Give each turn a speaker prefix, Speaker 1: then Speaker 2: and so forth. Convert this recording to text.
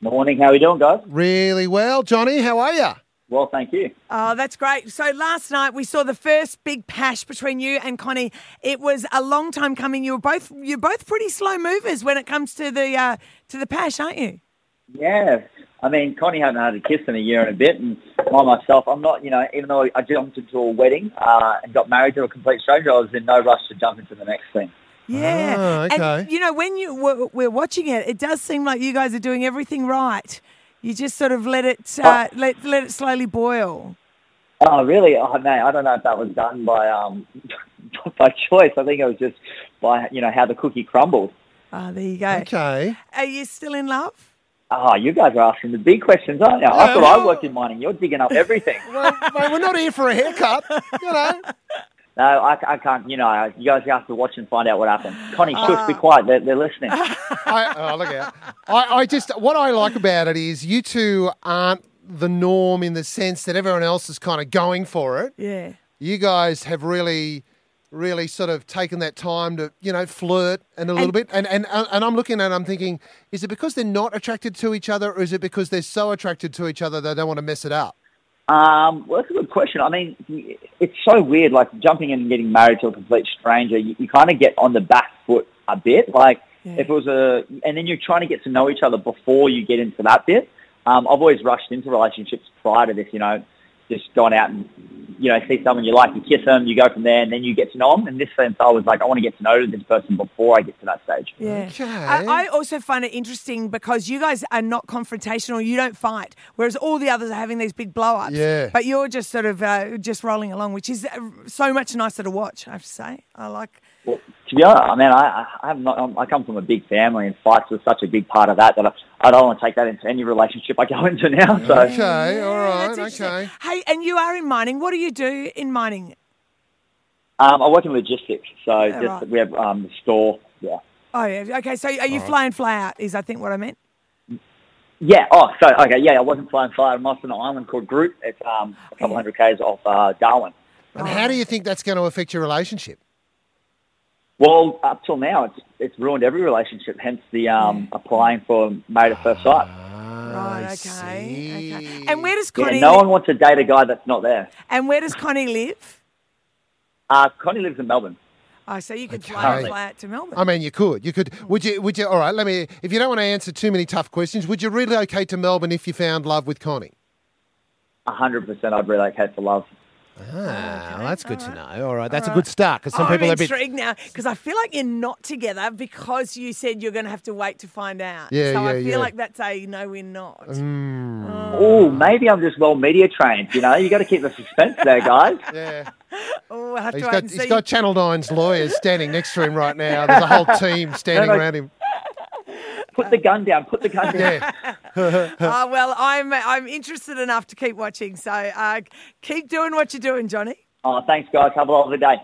Speaker 1: Morning. How are you doing, guys?
Speaker 2: Really well, Johnny. How are you?
Speaker 1: Well, thank you.
Speaker 3: Oh, that's great. So last night we saw the first big pash between you and Connie. It was a long time coming. You were both you're both pretty slow movers when it comes to the uh, to the pash, aren't you?
Speaker 1: Yeah. I mean, Connie hadn't had a kiss in a year and a bit, and I myself, I'm not, you know, even though I jumped into a wedding uh, and got married to a complete stranger, I was in no rush to jump into the next thing.
Speaker 3: Yeah.
Speaker 2: Ah,
Speaker 3: And
Speaker 2: okay.
Speaker 3: you know when you we're, we're watching it, it does seem like you guys are doing everything right. You just sort of let it uh, let let it slowly boil.
Speaker 1: Oh, really? Oh, mate, I don't know if that was done by um, by choice. I think it was just by, you know, how the cookie crumbled.
Speaker 3: Ah, there you go.
Speaker 2: Okay.
Speaker 3: Are you still in love?
Speaker 1: Ah, you guys are asking the big questions, aren't you? I thought I worked in mining. You're digging up everything.
Speaker 2: Well, mate, we're not here for a haircut, you know.
Speaker 1: No, I, I can't. You know, you guys have to watch and find out what happened. Connie, shush, be quiet. They're, they're listening.
Speaker 2: I, oh, look out. I, I just, what I like about it is you two aren't the norm in the sense that everyone else is kind of going for it.
Speaker 3: Yeah.
Speaker 2: You guys have really, really sort of taken that time to, you know, flirt and a little bit. And, and, and I'm looking at it, I'm thinking, is it because they're not attracted to each other or is it because they're so attracted to each other they don't want to mess it up?
Speaker 1: Um, well, that's a good question. I mean, it's so weird, like jumping in and getting married to a complete stranger. You, you kind of get on the back foot a bit, like
Speaker 3: Yeah.
Speaker 1: if it was a, and then you're trying to get to know each other before you get into that bit. Um, I've always rushed into relationships prior to this, you know, just gone out and you know see someone you like, you kiss them, you go from there, and then you get to know them. In this sense, I was like, I want to get to know this person before I get to that stage.
Speaker 3: Yeah.
Speaker 2: Okay.
Speaker 3: I, I also find it interesting because you guys are not confrontational. You don't fight, whereas all the others are having these big blow ups.
Speaker 2: Yeah.
Speaker 3: But you're just sort of uh, just rolling along, which is uh, so much nicer to watch. I have to say, I like.
Speaker 1: Well, to be honest, I mean, I, I- I'm not. I'm, I come from a big family, and fights were such a big part of that that I, I don't want to take that into any relationship I go into now. So,
Speaker 2: Okay, all
Speaker 3: Yeah,
Speaker 2: right,
Speaker 3: that's interesting.
Speaker 2: okay.
Speaker 3: Hey, and you are in mining. What do you do in mining?
Speaker 1: um, I work in logistics, so just
Speaker 3: right.
Speaker 1: we have um, the store. Yeah,
Speaker 3: Oh, yeah. Okay. So are you fly in, fly out? Is I think what I meant.
Speaker 1: yeah. Oh, so okay, yeah. I wasn't flying far. I'm off on an island called Groot. It's um, a couple hundred k's off uh, Darwin.
Speaker 2: And how do you think that's going to affect your relationship?
Speaker 1: Well, up till now, it's it's ruined every relationship. Hence the um, applying for married at first sight.
Speaker 3: Right. Okay. Okay. And where does
Speaker 1: Yeah,
Speaker 3: Connie?
Speaker 1: no
Speaker 3: li-
Speaker 1: one wants to date a guy that's not there.
Speaker 3: and where does Connie live?
Speaker 1: Uh, Connie lives in Melbourne.
Speaker 3: Oh, so you could fly in,
Speaker 2: Okay.
Speaker 3: fly out to Melbourne.
Speaker 2: I mean, you could. You could. Would you? Would you? All right. Let me. If you don't want to answer too many tough questions, would you relocate to Melbourne if you found love with Connie?
Speaker 1: A 100%, I'd relocate for love.
Speaker 2: Ah, that's good to know. All right, that's a good start because some
Speaker 3: I'm
Speaker 2: people are a bit.
Speaker 3: intrigued now because I feel like you're not together because you said you're going to have to wait to find out.
Speaker 2: Yeah,
Speaker 3: so I
Speaker 2: yeah,
Speaker 3: feel
Speaker 2: yeah. Mm.
Speaker 3: like that's a no, we're not.
Speaker 1: Oh, maybe I'm just well media trained. You know, you got to keep the suspense there, guys.
Speaker 2: Yeah,
Speaker 3: Oh, I have
Speaker 2: he's
Speaker 3: to wait
Speaker 2: got
Speaker 3: and
Speaker 2: he's
Speaker 3: see.
Speaker 2: got Channel 9's lawyers standing next to him right now. There's a whole team standing
Speaker 1: No, no.
Speaker 2: around him.
Speaker 1: Put the gun down. Put the gun down.
Speaker 2: Yeah,
Speaker 3: oh, well, I'm I'm interested enough to keep watching. So uh, keep doing what you're doing, Johnny.
Speaker 1: Oh, thanks, guys. Have a lovely day.